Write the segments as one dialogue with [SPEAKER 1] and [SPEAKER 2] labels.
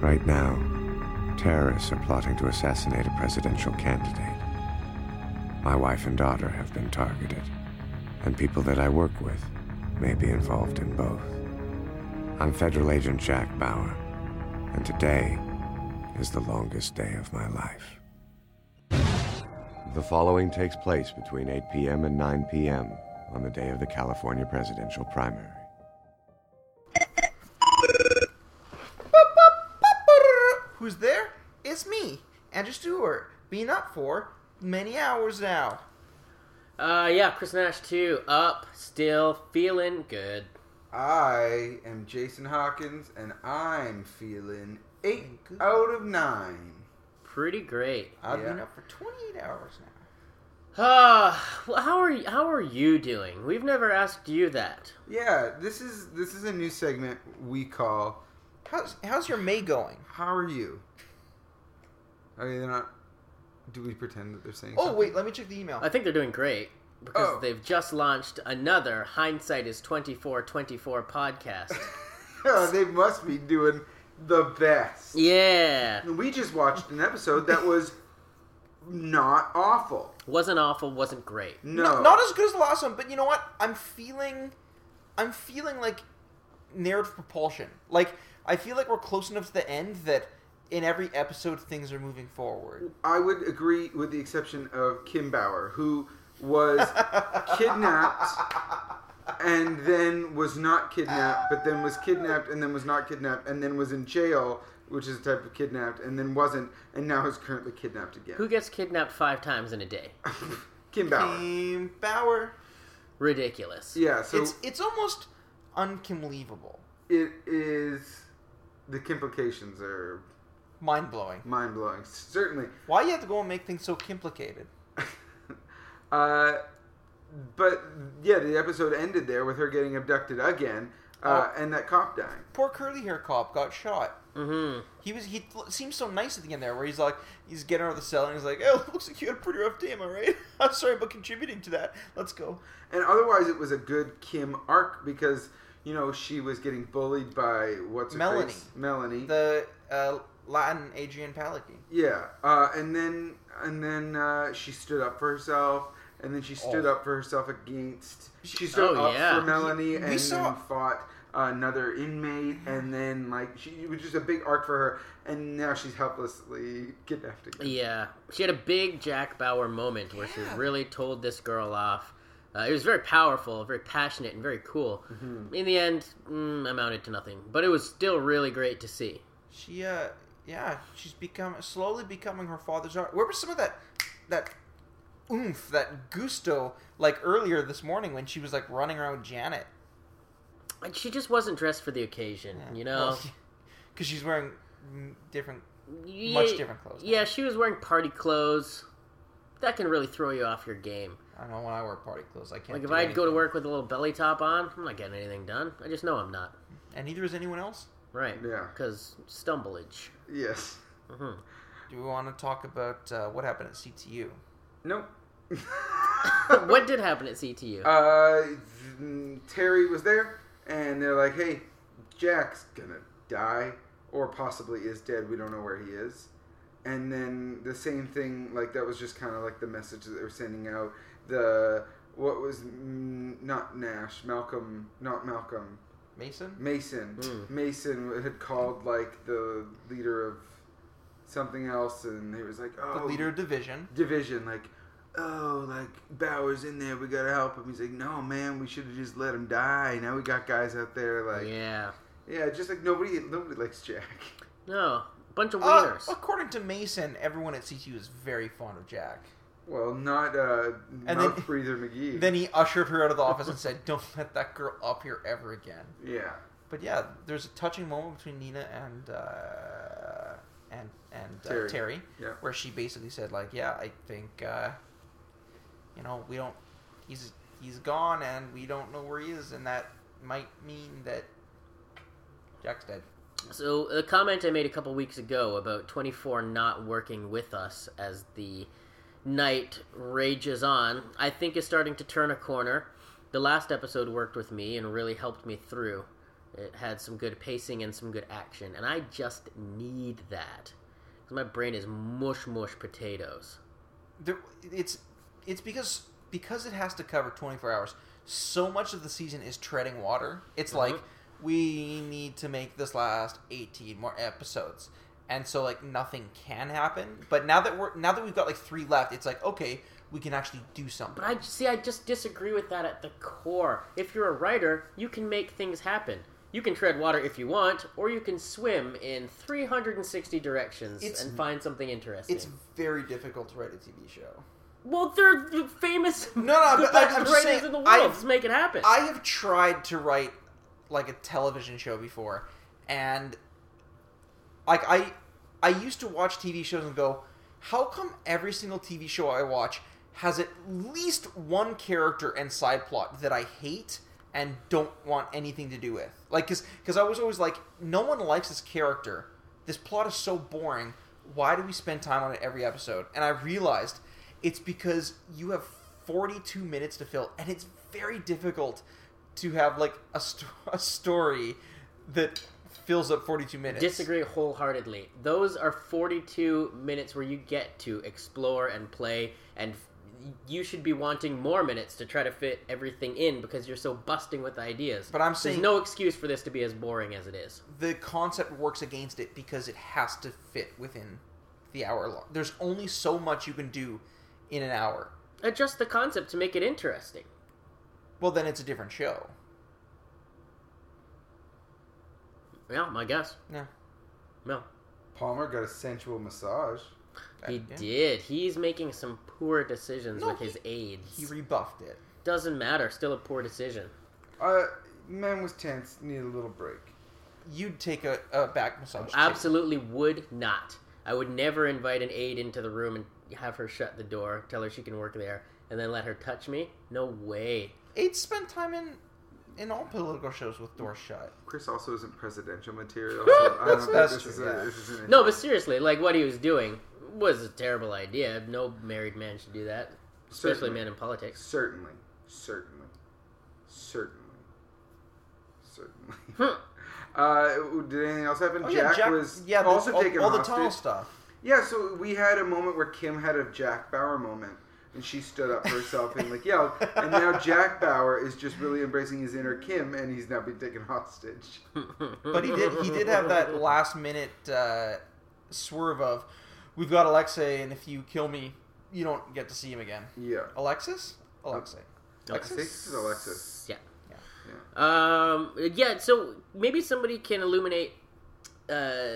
[SPEAKER 1] Right now, terrorists are plotting to assassinate a presidential candidate. My wife and daughter have been targeted, and people that I work with may be involved in both. I'm Federal Agent Jack Bauer, and today is the longest day of my life. The following takes place between 8 p.m. and 9 p.m. on the day of the California presidential primary.
[SPEAKER 2] Who's there? It's me, Andrew Stewart. Been up for many hours now.
[SPEAKER 3] Uh, yeah, Chris Nash too. Up, still feeling good.
[SPEAKER 4] I am Jason Hawkins, and I'm feeling eight out of nine.
[SPEAKER 3] Pretty great.
[SPEAKER 2] I've
[SPEAKER 4] Yeah.
[SPEAKER 2] been up for 28 hours now.
[SPEAKER 3] Uh, well, how are how are you doing? We've never asked you that.
[SPEAKER 4] Yeah, this is this is a new segment we call
[SPEAKER 2] How's how's your May going?
[SPEAKER 4] "How are you?" Are they not? Do we pretend that they're saying?
[SPEAKER 2] Oh
[SPEAKER 4] something?
[SPEAKER 2] wait, let me check the email.
[SPEAKER 3] I think they're doing great because
[SPEAKER 4] Oh.
[SPEAKER 3] they've just launched another Hindsight is 2424 podcast.
[SPEAKER 4] Oh, they must be doing the best.
[SPEAKER 3] yeah.
[SPEAKER 4] We just watched an episode that was not awful.
[SPEAKER 3] Wasn't awful, wasn't great.
[SPEAKER 4] No,
[SPEAKER 2] Not- not as good as the last one, but you know what? I'm feeling, I'm feeling like narrative propulsion. Like I feel like we're close enough to the end that in every episode things are moving forward.
[SPEAKER 4] I would agree with the exception of Kim Bauer, who was kidnapped and then was not kidnapped, but then was kidnapped and then was not kidnapped and then was in jail, which is a type of kidnapped, and then wasn't, and now is currently kidnapped again.
[SPEAKER 3] Who gets kidnapped five times in a day?
[SPEAKER 4] Kim Bauer.
[SPEAKER 2] Kim Bauer.
[SPEAKER 3] Ridiculous.
[SPEAKER 4] Yeah, so
[SPEAKER 2] it's it's almost unbelievable,
[SPEAKER 4] it is. The complications are
[SPEAKER 2] mind blowing.
[SPEAKER 4] mind blowing. Certainly.
[SPEAKER 2] Why you have to go and make things so complicated?
[SPEAKER 4] Uh, but yeah, the episode ended there with her getting abducted again, uh,
[SPEAKER 2] Oh.
[SPEAKER 4] and that cop dying.
[SPEAKER 2] Poor curly hair cop got shot.
[SPEAKER 3] Mm-hmm.
[SPEAKER 2] He was he seems so nice at the end there, where he's like he's getting out of the cell and he's like, "Oh, looks like you had a pretty rough day, am I right? I'm sorry about contributing to that. Let's go."
[SPEAKER 4] And otherwise, it was a good Kim arc because you know she was getting bullied by what's her
[SPEAKER 2] Melanie.
[SPEAKER 4] face? Melanie.
[SPEAKER 2] The uh, Latin Adrian Palicki.
[SPEAKER 4] yeah, uh, and then and then uh, she stood up for herself, and then she stood
[SPEAKER 2] Oh.
[SPEAKER 4] up for herself against. She stood
[SPEAKER 3] Oh,
[SPEAKER 4] up
[SPEAKER 3] yeah.
[SPEAKER 4] for Melanie, and
[SPEAKER 2] saw-
[SPEAKER 4] then fought another inmate, and then like she it was just a big arc for her, and now she's helplessly kidnapped again.
[SPEAKER 3] Yeah, she had a big Jack Bauer moment where she really told this girl off. Uh, it was very powerful, very passionate, and very cool.
[SPEAKER 2] Mm-hmm.
[SPEAKER 3] In the end, mm, amounted to nothing, but it was still really great to see.
[SPEAKER 2] She uh yeah, she's become slowly becoming her father's art. Where was some of that that oomph, that gusto like earlier this morning when she was like running around with Janet?
[SPEAKER 3] And she just wasn't dressed for the occasion, you know.
[SPEAKER 2] Cuz she's wearing mm, different
[SPEAKER 3] Ye-
[SPEAKER 2] much different clothes now.
[SPEAKER 3] Yeah, she was wearing party clothes. That can really throw you off your game.
[SPEAKER 2] I don't know when I wear party clothes. I can't
[SPEAKER 3] Like if
[SPEAKER 2] do
[SPEAKER 3] I'd go to
[SPEAKER 2] anything.
[SPEAKER 3] work with a little belly top on, I'm not getting anything done. I just know I'm not.
[SPEAKER 2] and neither is anyone else.
[SPEAKER 3] Right.
[SPEAKER 4] Yeah.
[SPEAKER 3] Because stumbleage.
[SPEAKER 4] Yes.
[SPEAKER 3] hmm
[SPEAKER 2] Do we want to talk about uh, what happened at CTU?
[SPEAKER 4] Nope.
[SPEAKER 3] what did happen at CTU?
[SPEAKER 4] Uh, mm, Terry was there, and they're like, "Hey, Jack's gonna die, or possibly is dead. We don't know where he is." And then the same thing, like that was just kind of like the message that they were sending out. The what was mm, not Nash, Malcolm, not Malcolm,
[SPEAKER 2] Mason?
[SPEAKER 4] Mason.
[SPEAKER 2] Hmm.
[SPEAKER 3] Mm.
[SPEAKER 4] Mason had called like the leader of something else, and he was like, "Oh,
[SPEAKER 2] The leader of division.
[SPEAKER 4] division, like, oh, like Bauer's in there, we gotta help him. He's like, no, man, we should have just let him die. Now we got guys out there, like, yeah,
[SPEAKER 3] yeah.
[SPEAKER 4] just like nobody, nobody likes Jack.
[SPEAKER 3] No, bunch of
[SPEAKER 2] Uh,
[SPEAKER 3] wieners.
[SPEAKER 2] according to Mason, everyone at CTU is very fond of Jack.
[SPEAKER 4] Well, not uh,
[SPEAKER 2] then-
[SPEAKER 4] mouth breather McGee.
[SPEAKER 2] Then he ushered her out of the office and said, "Don't let that girl up here ever again."
[SPEAKER 4] yeah,
[SPEAKER 2] But yeah, there's a touching moment between Nina and uh, and and uh, Terry.
[SPEAKER 4] Terry. yeah,
[SPEAKER 2] where she basically said, "Like, yeah, I think uh, you know we don't. He's he's gone, and we don't know where he is, and that might mean that Jack's dead."
[SPEAKER 3] So the comment I made a couple weeks ago about 24 not working with us as the night rages on, I think is starting to turn a corner. The last episode worked with me and really helped me through. It had some good pacing and some good action, and I just need that. 'Cause my brain is mush mush potatoes.
[SPEAKER 2] there, it's it's because because it has to cover 24 hours so much of the season is treading water it's like
[SPEAKER 3] Mhm.
[SPEAKER 2] we need to make this last 18 more episodes and so like nothing can happen but now that we're now that we've got like three left it's like okay we can actually do something
[SPEAKER 3] But I see, I just disagree with that at the core. If you're a writer, you can make things happen. You can tread water if you want, or you can swim in 360 directions
[SPEAKER 2] It's-
[SPEAKER 3] and find something interesting.
[SPEAKER 2] it's very difficult to write a tv show
[SPEAKER 3] well, they're the famous
[SPEAKER 2] no, but
[SPEAKER 3] good
[SPEAKER 2] I-
[SPEAKER 3] budget
[SPEAKER 2] I'm just
[SPEAKER 3] writers
[SPEAKER 2] saying,
[SPEAKER 3] in the world.
[SPEAKER 2] I-
[SPEAKER 3] Just make it happen.
[SPEAKER 2] I have tried to write like a television show before, and like I, I used to watch TV shows and go, how come every single TV show I watch has at least one character and side plot that I hate and don't want anything to do with? Like, cause, cause I was always like, no one likes this character. This plot is so boring. Why do we spend time on it every episode? And I realized it's because you have 42 minutes to fill, and it's very difficult to have like a, sto- a story that fills up 42 minutes.
[SPEAKER 3] Disagree wholeheartedly. Those are 42 minutes where you get to explore and play, and f- you should be wanting more minutes to try to fit everything in because you're so busting with ideas.
[SPEAKER 2] But I'm
[SPEAKER 3] There's
[SPEAKER 2] saying
[SPEAKER 3] no excuse for this to be as boring as it is.
[SPEAKER 2] the concept works against it because it has to fit within the hour long. There's only so much you can do in an hour.
[SPEAKER 3] Adjust the concept to make it interesting.
[SPEAKER 2] Well, then it's a different show.
[SPEAKER 3] Yeah, my guess.
[SPEAKER 2] No.
[SPEAKER 3] No.
[SPEAKER 4] Palmer got a sensual massage.
[SPEAKER 3] He
[SPEAKER 2] Uh, Yeah.
[SPEAKER 3] did. He's making some poor decisions
[SPEAKER 2] No,
[SPEAKER 3] with
[SPEAKER 2] he-
[SPEAKER 3] his aides.
[SPEAKER 2] He rebuffed it.
[SPEAKER 3] Doesn't matter. Still a poor decision.
[SPEAKER 4] Uh, man was tense. Needed a little break.
[SPEAKER 2] You'd take a, a back massage. too.
[SPEAKER 3] Absolutely would not. I would never invite an aide into the room and have her shut the door, tell her she can work there, and then let her touch me. No way.
[SPEAKER 2] Aides spend time in in all political shows with doors shut.
[SPEAKER 4] Chris also isn't presidential material. So I don't think
[SPEAKER 2] That's
[SPEAKER 4] this,
[SPEAKER 2] true,
[SPEAKER 4] is a,
[SPEAKER 2] yeah.
[SPEAKER 4] this is an
[SPEAKER 3] No, but seriously, like what he was doing was a terrible idea. No married man should do that, especially
[SPEAKER 4] Certainly.
[SPEAKER 3] men in politics.
[SPEAKER 4] Certainly, certainly, certainly, certainly.
[SPEAKER 3] Hmm.
[SPEAKER 4] Uh, did anything else happen?
[SPEAKER 2] Oh,
[SPEAKER 4] Jack,
[SPEAKER 2] yeah, Jack
[SPEAKER 4] was
[SPEAKER 2] yeah, the-
[SPEAKER 4] also
[SPEAKER 2] all,
[SPEAKER 4] taken
[SPEAKER 2] all the
[SPEAKER 4] hostage.
[SPEAKER 2] tunnel stuff.
[SPEAKER 4] Yeah, so we had a moment where Kim had a Jack Bauer moment, and she stood up for herself and like yelled. And now Jack Bauer is just really embracing his inner Kim, and he's now being taken hostage.
[SPEAKER 2] But he did he did have that last minute uh, swerve of we've got Alexei and if you kill me, you don't get to see him again.
[SPEAKER 4] Yeah,
[SPEAKER 2] Alexis? Alexei.
[SPEAKER 4] Alexis is Alexis.
[SPEAKER 3] Yeah.
[SPEAKER 2] Yeah.
[SPEAKER 3] Um. Yeah. So maybe somebody can illuminate uh,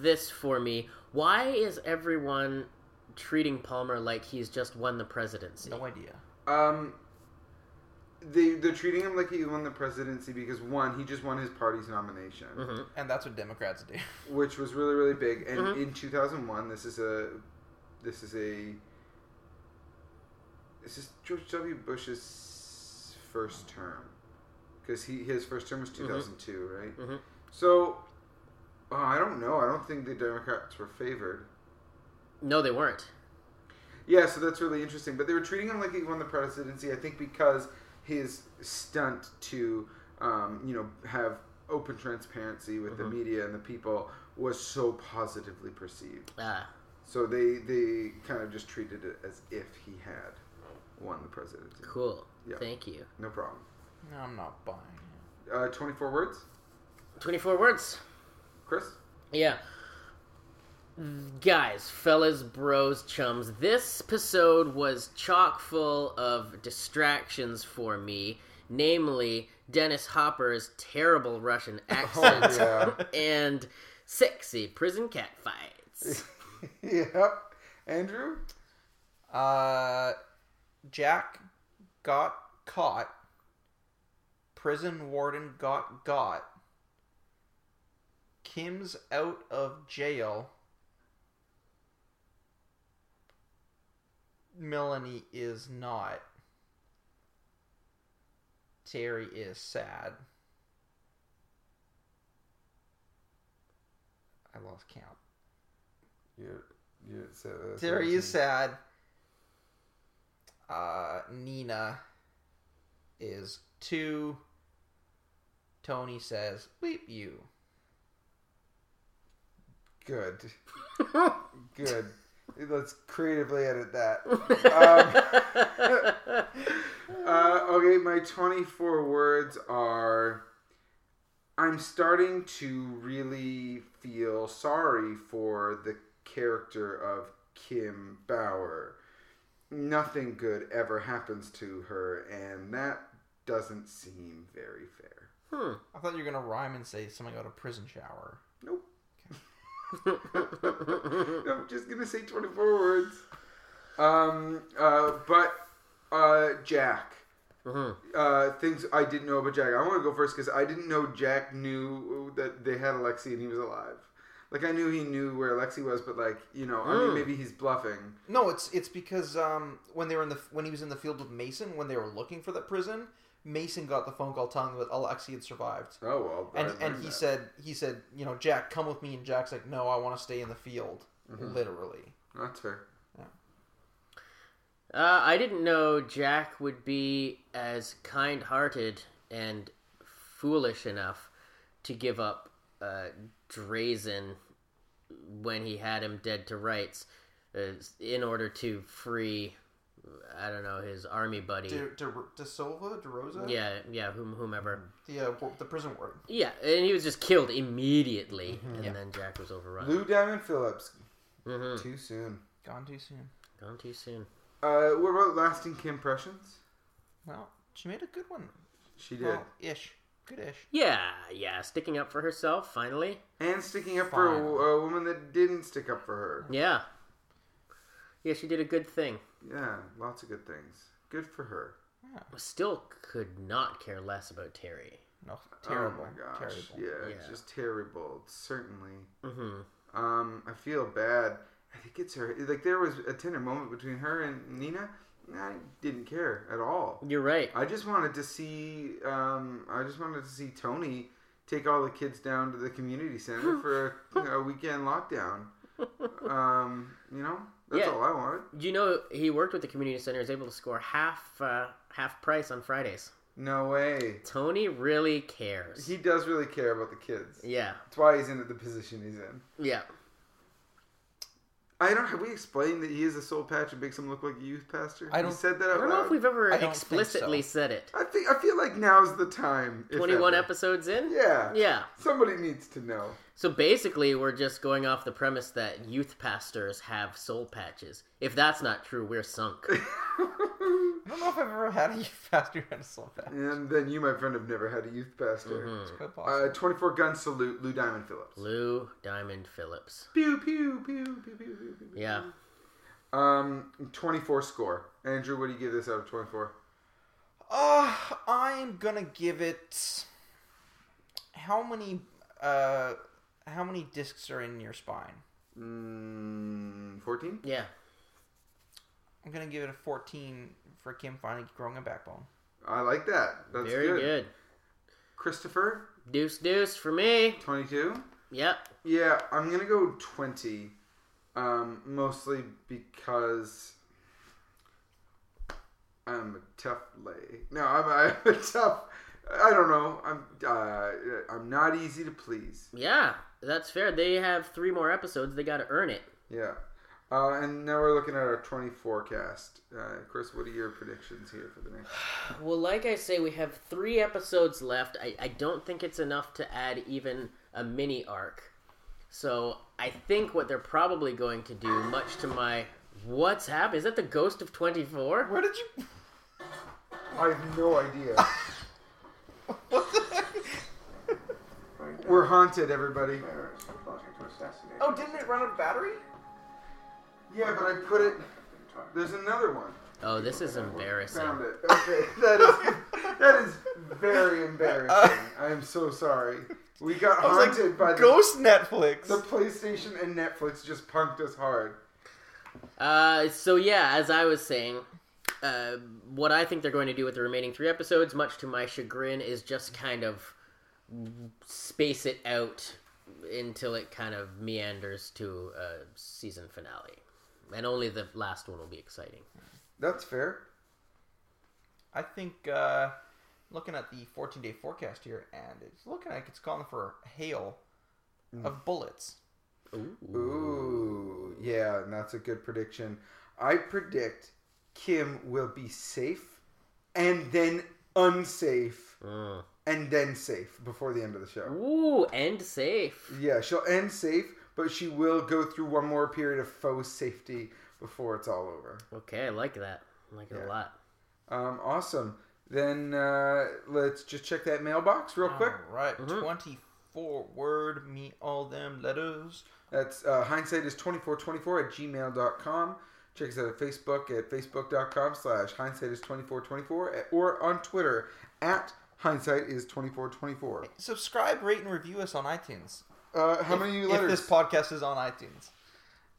[SPEAKER 3] this for me. Why is everyone treating Palmer like he's just won the presidency?
[SPEAKER 2] No idea.
[SPEAKER 4] Um, they they're treating him like he won the presidency because one, he just won his party's nomination.
[SPEAKER 3] hmm
[SPEAKER 2] And that's what Democrats do.
[SPEAKER 4] which was really really big and
[SPEAKER 3] Mhm.
[SPEAKER 4] in 2001 this is a this is a this is george w bush's first term because he his first term was 2002 right
[SPEAKER 3] Mhm.
[SPEAKER 4] so uh, i don't know i don't think the democrats were favored
[SPEAKER 3] No, they weren't.
[SPEAKER 4] yeah so that's really interesting but they were treating him like he won the presidency i think because his stunt to um, you know have open transparency with the media and the people was so positively perceived
[SPEAKER 3] Uh,
[SPEAKER 4] So they they kind of just treated it as if he had won the presidency.
[SPEAKER 3] cool.
[SPEAKER 4] Yeah.
[SPEAKER 3] Thank you.
[SPEAKER 4] No problem.
[SPEAKER 2] No, I'm not buying it.
[SPEAKER 4] Uh, Twenty four words,
[SPEAKER 3] Twenty-four words.
[SPEAKER 4] Chris.
[SPEAKER 3] Yeah. Guys, fellas, bros, chums, this episode was chock full of distractions for me, namely Dennis Hopper's terrible Russian accent
[SPEAKER 4] Oh, yeah.
[SPEAKER 3] and sexy prison cat fights.
[SPEAKER 4] yep. Andrew.
[SPEAKER 2] Uh, Jack got caught. Prison warden got got. Kim's out of jail. Melanie is not. Terry is sad. I lost count.
[SPEAKER 4] You you said
[SPEAKER 2] Terry is sad. Uh, Nina is two. Tony says, "Bleep you."
[SPEAKER 4] Good. Good. Let's creatively edit that. Um, uh, okay, my 24 words are I'm starting to really feel sorry for the character of Kim Bauer. Nothing good ever happens to her, and that doesn't seem very fair.
[SPEAKER 3] Hmm.
[SPEAKER 2] I thought you were gonna rhyme and say something about a prison shower.
[SPEAKER 4] Nope. I'm just gonna say 24 words. Um, uh, but uh, Jack,
[SPEAKER 3] Mhm.
[SPEAKER 4] uh, things I didn't know about Jack. I want to go first because I didn't know Jack knew that they had Alexi and he was alive. Like I knew he knew where Alexi was, but like you know, I mean,
[SPEAKER 3] Mm.
[SPEAKER 4] maybe he's bluffing.
[SPEAKER 2] No, it's it's because um, when they were in the when he was in the field with Mason when they were looking for that prison, Mason got the phone call telling him that Alexi had survived.
[SPEAKER 4] Oh well. I
[SPEAKER 2] And
[SPEAKER 4] learned
[SPEAKER 2] and he
[SPEAKER 4] that.
[SPEAKER 2] said he said you know Jack come with me and Jack's like no I want to stay in the field
[SPEAKER 4] Mm-hmm.
[SPEAKER 2] literally.
[SPEAKER 4] that's fair.
[SPEAKER 3] Uh, I didn't know Jack would be as kind hearted and foolish enough to give up uh, Drazen when he had him dead to rights uh, in order to free, I don't know, his army buddy.
[SPEAKER 2] De, De, De Silva De Rosa
[SPEAKER 3] Yeah, yeah, whom, whomever.
[SPEAKER 2] the uh, wo- the prison ward
[SPEAKER 3] Yeah, and he was just killed immediately, and then Jack was overrun.
[SPEAKER 4] Lou Diamond Phillips.
[SPEAKER 2] Mm-hmm.
[SPEAKER 3] Mhm.
[SPEAKER 4] Too soon.
[SPEAKER 2] gone too soon.
[SPEAKER 3] Gone too soon.
[SPEAKER 4] Uh, what about lasting impressions?
[SPEAKER 2] Well, she made a good one.
[SPEAKER 4] She did.
[SPEAKER 2] Well, ish, good ish.
[SPEAKER 3] Yeah, yeah, sticking up for herself finally.
[SPEAKER 4] and sticking up for a, a woman that didn't stick up for her.
[SPEAKER 3] Yeah. Yeah, she did a good thing.
[SPEAKER 4] Yeah, lots of good things. Good for her.
[SPEAKER 3] Still could not care less about Terry.
[SPEAKER 2] No, terrible,
[SPEAKER 4] Oh my gosh.
[SPEAKER 2] terrible.
[SPEAKER 4] Yeah,
[SPEAKER 3] Yeah.
[SPEAKER 4] it's just terrible. Certainly.
[SPEAKER 3] hmm
[SPEAKER 4] Um, I feel bad. I think it's her. Like there was a tender moment between her and Nina. and I didn't care at all.
[SPEAKER 3] You're right.
[SPEAKER 4] I just wanted to see. Um, I just wanted to see Tony take all the kids down to the community center for a, a weekend lockdown. Um, you know, that's
[SPEAKER 3] Yeah.
[SPEAKER 4] all I wanted.
[SPEAKER 3] You know, he worked with the community center. Is able to score half uh, half price on Fridays.
[SPEAKER 4] No way.
[SPEAKER 3] Tony really cares.
[SPEAKER 4] He does really care about the kids.
[SPEAKER 3] yeah,
[SPEAKER 4] That's why he's in the position he's in.
[SPEAKER 3] yeah.
[SPEAKER 4] I don't. Have we explained that he is a soul patch and makes him look like a youth pastor?
[SPEAKER 2] I don't-
[SPEAKER 4] He said that out
[SPEAKER 3] I don't know
[SPEAKER 4] loud?
[SPEAKER 3] if we've ever
[SPEAKER 2] I don't think
[SPEAKER 3] explicitly
[SPEAKER 2] so.
[SPEAKER 3] said it.
[SPEAKER 4] I think. I feel like now's the time. if
[SPEAKER 3] Twenty one
[SPEAKER 4] ever.
[SPEAKER 3] episodes in.
[SPEAKER 4] Yeah.
[SPEAKER 3] Yeah.
[SPEAKER 4] Somebody needs to know.
[SPEAKER 3] So basically, we're just going off the premise that youth pastors have soul patches. If that's not true, we're sunk.
[SPEAKER 2] I don't know if I've ever had a youth pastor had a soul patch.
[SPEAKER 4] and then you, my friend, have never had a youth pastor.
[SPEAKER 2] It's quite
[SPEAKER 4] Uh,
[SPEAKER 2] possible.
[SPEAKER 4] Twenty-four gun salute, Lou Diamond Phillips.
[SPEAKER 3] Lou Diamond Phillips.
[SPEAKER 4] Pew pew pew pew pew pew. pew.
[SPEAKER 3] Yeah.
[SPEAKER 4] Um, twenty-four score. Andrew, what do you give this out of twenty-four?
[SPEAKER 2] Uh, I'm gonna give it. How many? Uh, how many discs are in your spine?
[SPEAKER 4] Mm, Fourteen.
[SPEAKER 3] Yeah.
[SPEAKER 2] I'm gonna give it a 14 for Kim finally growing a backbone.
[SPEAKER 4] I like that. That's
[SPEAKER 3] Very
[SPEAKER 4] good.
[SPEAKER 3] good.
[SPEAKER 4] Christopher,
[SPEAKER 3] Deuce, deuce for me.
[SPEAKER 4] twenty-two.
[SPEAKER 3] Yep.
[SPEAKER 4] Yeah, I'm gonna go twenty, um, mostly because I'm a tough lay. No, I'm, I'm a tough. I don't know. I'm uh, I'm not easy to please.
[SPEAKER 3] Yeah, that's fair. They have three more episodes. They got to earn it.
[SPEAKER 4] Yeah. Uh, and now we're looking at our 20 forecast. Uh, Chris, what are your predictions here for the next?
[SPEAKER 3] Well, like I say, we have three episodes left. I, I don't think it's enough to add even a mini arc. So I think what they're probably going to do, much to my. What's happened? Is that the ghost of 24?
[SPEAKER 2] Where did you?
[SPEAKER 4] I have no idea.
[SPEAKER 2] What the heck?
[SPEAKER 4] We're haunted, everybody.
[SPEAKER 1] Terrorists are plotting to assassinate.
[SPEAKER 2] Oh, didn't it run out of battery?
[SPEAKER 4] Yeah, but I put it. There's another one.
[SPEAKER 3] Oh, this is embarrassing.
[SPEAKER 4] Found it. Okay, that is that is very embarrassing. I am so sorry. We got
[SPEAKER 2] I was like,
[SPEAKER 4] haunted by the,
[SPEAKER 2] Ghost Netflix.
[SPEAKER 4] the PlayStation and Netflix just punked us hard.
[SPEAKER 3] Uh, so yeah, as I was saying, uh, what I think they're going to do with the remaining three episodes, much to my chagrin, is just kind of space it out until it kind of meanders to a season finale, and only the last one will be exciting.
[SPEAKER 4] That's fair.
[SPEAKER 2] I think uh, looking at the 14 day forecast here, and it's looking like it's calling for hail
[SPEAKER 4] Mm.
[SPEAKER 2] of bullets.
[SPEAKER 4] Ooh, yeah, and that's a good prediction. I predict Kim will be safe and then unsafe
[SPEAKER 3] Mm.
[SPEAKER 4] and then safe before the end of the show.
[SPEAKER 3] Ooh, and safe.
[SPEAKER 4] Yeah, she'll end safe, but she will go through one more period of faux safety before it's all over.
[SPEAKER 3] Okay, I like that. I like it
[SPEAKER 4] Yeah.
[SPEAKER 3] a lot.
[SPEAKER 4] Um, awesome. Then uh, let's just check that mailbox real quick.
[SPEAKER 2] All right, Mm-hmm. 24 word me all them letters.
[SPEAKER 4] That's uh, hindsight is 2424 at gmail.com. Check us out at Facebook at facebook.com slash hindsight is 2424 at- or on Twitter at hindsight is 2424.
[SPEAKER 2] Subscribe, rate, and review us on iTunes.
[SPEAKER 4] Uh, how
[SPEAKER 2] If-
[SPEAKER 4] many
[SPEAKER 2] if,
[SPEAKER 4] letters?
[SPEAKER 2] this podcast is on iTunes.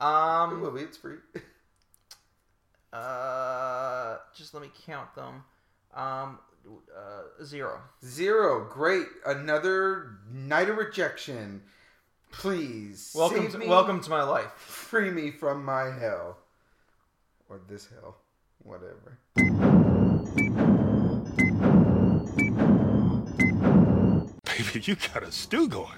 [SPEAKER 4] It will
[SPEAKER 2] Um,
[SPEAKER 4] be, it's free.
[SPEAKER 2] uh, just let me count them. Um, uh, zero.
[SPEAKER 4] Zero. Great. Another night of rejection. Please.
[SPEAKER 2] Welcome,
[SPEAKER 4] save
[SPEAKER 2] to,
[SPEAKER 4] me.
[SPEAKER 2] welcome to my life.
[SPEAKER 4] Free me from my hell. Or this hell. Whatever.
[SPEAKER 5] Baby, you got a stew going.